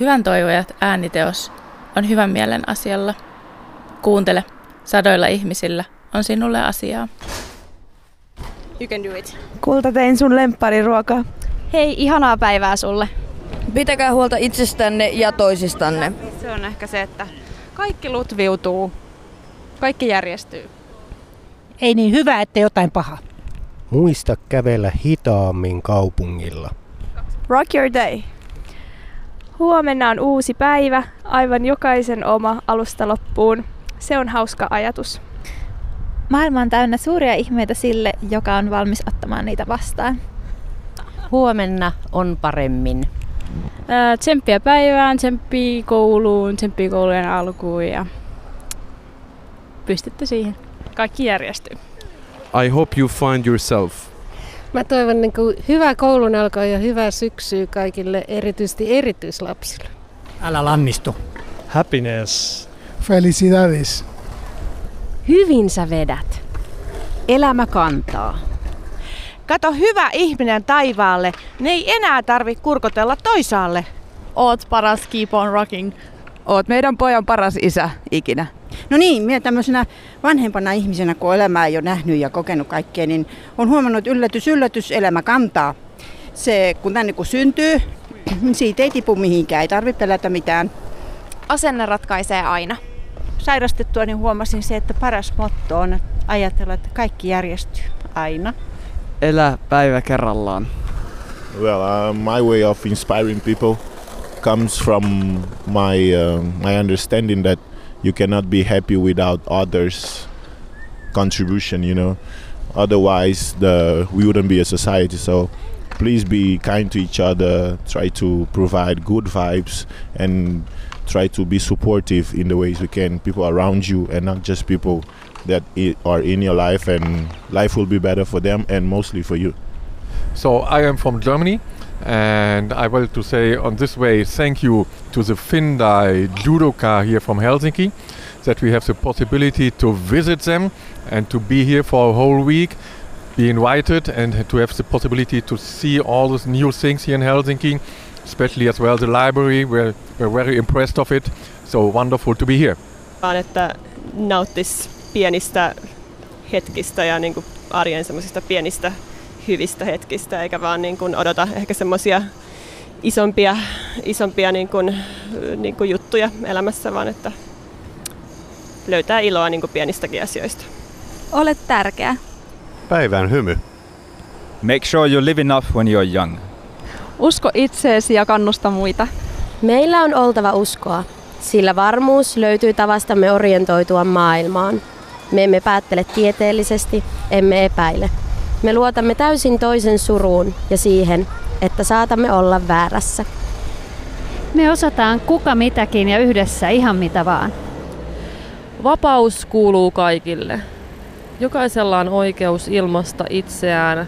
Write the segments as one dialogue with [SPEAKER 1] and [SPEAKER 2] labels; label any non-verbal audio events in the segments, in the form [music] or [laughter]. [SPEAKER 1] Hyvän toivojat ääniteos on hyvän mielen asialla. Kuuntele, sadoilla ihmisillä on sinulle asiaa.
[SPEAKER 2] You can do it.
[SPEAKER 3] Kulta tein sun lemppariruokaa.
[SPEAKER 2] Hei, ihanaa päivää sulle.
[SPEAKER 4] Pitäkää huolta itsestänne ja toisistanne.
[SPEAKER 5] Se on ehkä se, että kaikki lutviutuu, kaikki järjestyy.
[SPEAKER 6] Ei niin hyvä, että jotain pahaa.
[SPEAKER 7] Muista kävellä hitaammin kaupungilla.
[SPEAKER 3] Rock your day! Huomenna on uusi päivä, aivan jokaisen oma alusta loppuun. Se on hauska ajatus.
[SPEAKER 8] Maailma on täynnä suuria ihmeitä sille, joka on valmis ottamaan niitä vastaan.
[SPEAKER 9] Huomenna on paremmin.
[SPEAKER 10] Ää, tsemppiä päivään, tsemppiä kouluun, tsemppiä koulujen alkuun ja pystytte siihen. Kaikki järjestyy.
[SPEAKER 11] I hope you find yourself.
[SPEAKER 12] Mä toivon niin kuin hyvää koulun alkaa ja hyvää syksyä kaikille, erityisesti erityislapsille.
[SPEAKER 13] Älä lannistu.
[SPEAKER 14] Happiness.
[SPEAKER 15] Felicidades.
[SPEAKER 16] Hyvin sä vedät. Elämä kantaa.
[SPEAKER 17] Kato hyvä ihminen taivaalle, ne ei enää tarvi kurkotella toisaalle.
[SPEAKER 18] Oot paras, keep on rocking.
[SPEAKER 19] Oot meidän pojan paras isä ikinä.
[SPEAKER 20] No niin, minä tämmöisenä vanhempana ihmisenä, kun elämää jo nähnyt ja kokenut kaikkea, niin on huomannut, että yllätys, yllätys, elämä kantaa. Se, kun tänne kun syntyy, niin siitä ei tipu mihinkään, ei tarvitse pelätä mitään.
[SPEAKER 2] Asenne ratkaisee aina.
[SPEAKER 17] Sairastettua niin huomasin se, että paras motto on ajatella, että kaikki järjestyy aina.
[SPEAKER 4] Elä päivä kerrallaan.
[SPEAKER 8] Well, uh, my way of inspiring people comes from my uh, my understanding that you cannot be happy without others contribution you know otherwise the we wouldn't be a society so please be kind to each other try to provide good vibes and try to be supportive in the ways we can people around you and not just people that are in your life and life will be better for them and mostly for you
[SPEAKER 10] so i am from germany and I wanted to say on this way thank you to the Findai judoka here from Helsinki that we have the possibility to visit them and to be here for a whole week, be invited and to have the possibility to see all these new things here in Helsinki, especially as well the library, we're, we're very impressed of it, so wonderful to be here.
[SPEAKER 1] Vaan että nauttis pienistä hetkistä ja niin arjen semmoisista pienistä hyvistä hetkistä, eikä vaan niin kuin odota ehkä semmoisia isompia, isompia niin kuin, niin kuin juttuja elämässä, vaan että löytää iloa niin kuin pienistäkin asioista.
[SPEAKER 8] Olet tärkeä.
[SPEAKER 5] Päivän hymy.
[SPEAKER 7] Make sure you live enough when you're young.
[SPEAKER 3] Usko itseesi ja kannusta muita.
[SPEAKER 14] Meillä on oltava uskoa, sillä varmuus löytyy tavastamme orientoitua maailmaan. Me emme päättele tieteellisesti, emme epäile. Me luotamme täysin toisen suruun ja siihen, että saatamme olla väärässä.
[SPEAKER 11] Me osataan kuka mitäkin ja yhdessä ihan mitä vaan.
[SPEAKER 12] Vapaus kuuluu kaikille. Jokaisella on oikeus ilmasta itseään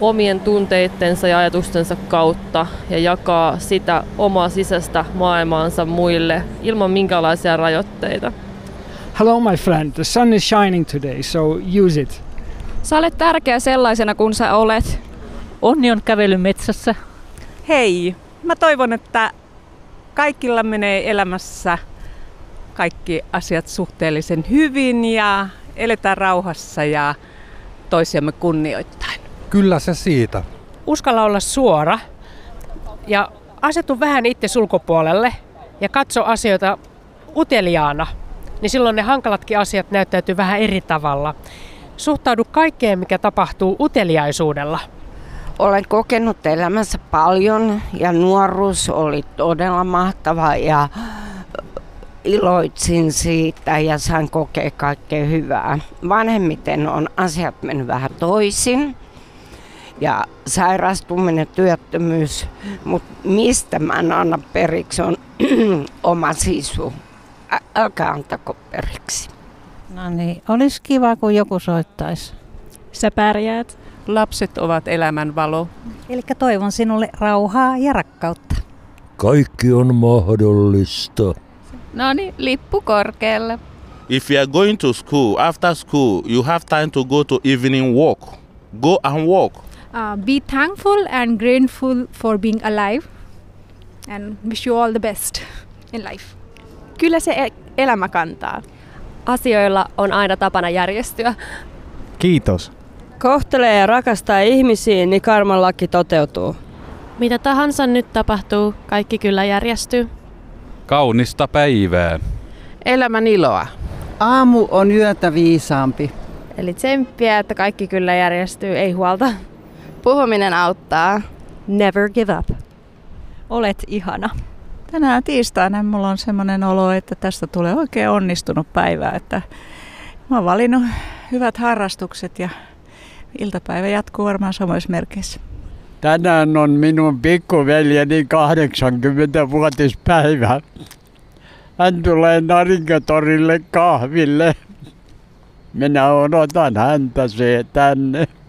[SPEAKER 12] omien tunteittensa ja ajatustensa kautta ja jakaa sitä omaa sisäistä maailmaansa muille ilman minkälaisia rajoitteita.
[SPEAKER 15] Hello my friend, the sun is shining today, so use it.
[SPEAKER 3] Sä olet tärkeä sellaisena kuin sä olet.
[SPEAKER 6] Onni on kävely metsässä.
[SPEAKER 5] Hei, mä toivon, että kaikilla menee elämässä kaikki asiat suhteellisen hyvin ja eletään rauhassa ja toisiamme kunnioittain.
[SPEAKER 7] Kyllä se siitä.
[SPEAKER 2] Uskalla olla suora ja asetu vähän itse ulkopuolelle ja katso asioita uteliaana, niin silloin ne hankalatkin asiat näyttäytyy vähän eri tavalla suhtaudu kaikkeen, mikä tapahtuu uteliaisuudella.
[SPEAKER 4] Olen kokenut elämässä paljon ja nuoruus oli todella mahtava ja iloitsin siitä ja sain kokea kaikkea hyvää. Vanhemmiten on asiat mennyt vähän toisin ja sairastuminen, työttömyys, mutta mistä mä en anna periksi on [clears throat] oma sisu. Älkää antako periksi.
[SPEAKER 21] No niin, olisi kiva, kun joku soittaisi.
[SPEAKER 3] Sä pärjäät.
[SPEAKER 2] Lapset ovat elämän valo.
[SPEAKER 21] Eli toivon sinulle rauhaa ja rakkautta.
[SPEAKER 7] Kaikki on mahdollista.
[SPEAKER 3] No niin, lippu korkealle.
[SPEAKER 8] If you are going to school, after school, you have time to go to evening walk. Go and walk.
[SPEAKER 22] Uh, be thankful and grateful for being alive.
[SPEAKER 3] and wish you all the best in life.
[SPEAKER 23] Kyllä se el- elämä kantaa.
[SPEAKER 24] Asioilla on aina tapana järjestyä.
[SPEAKER 25] Kiitos.
[SPEAKER 26] Kohtelee ja rakastaa ihmisiä, niin karman laki toteutuu.
[SPEAKER 24] Mitä tahansa nyt tapahtuu, kaikki kyllä järjestyy.
[SPEAKER 10] Kaunista päivää.
[SPEAKER 27] Elämän iloa.
[SPEAKER 28] Aamu on yötä viisaampi.
[SPEAKER 24] Eli tsemppiä, että kaikki kyllä järjestyy, ei huolta.
[SPEAKER 4] Puhuminen auttaa.
[SPEAKER 24] Never give up.
[SPEAKER 4] Olet ihana.
[SPEAKER 20] Tänään tiistaina mulla on semmoinen olo, että tästä tulee oikein onnistunut päivä. Että mä oon valinnut hyvät harrastukset ja iltapäivä jatkuu varmaan samoissa merkeissä.
[SPEAKER 28] Tänään on minun pikkuveljeni 80-vuotispäivä. Hän tulee Narinkatorille kahville. Minä odotan häntä se tänne.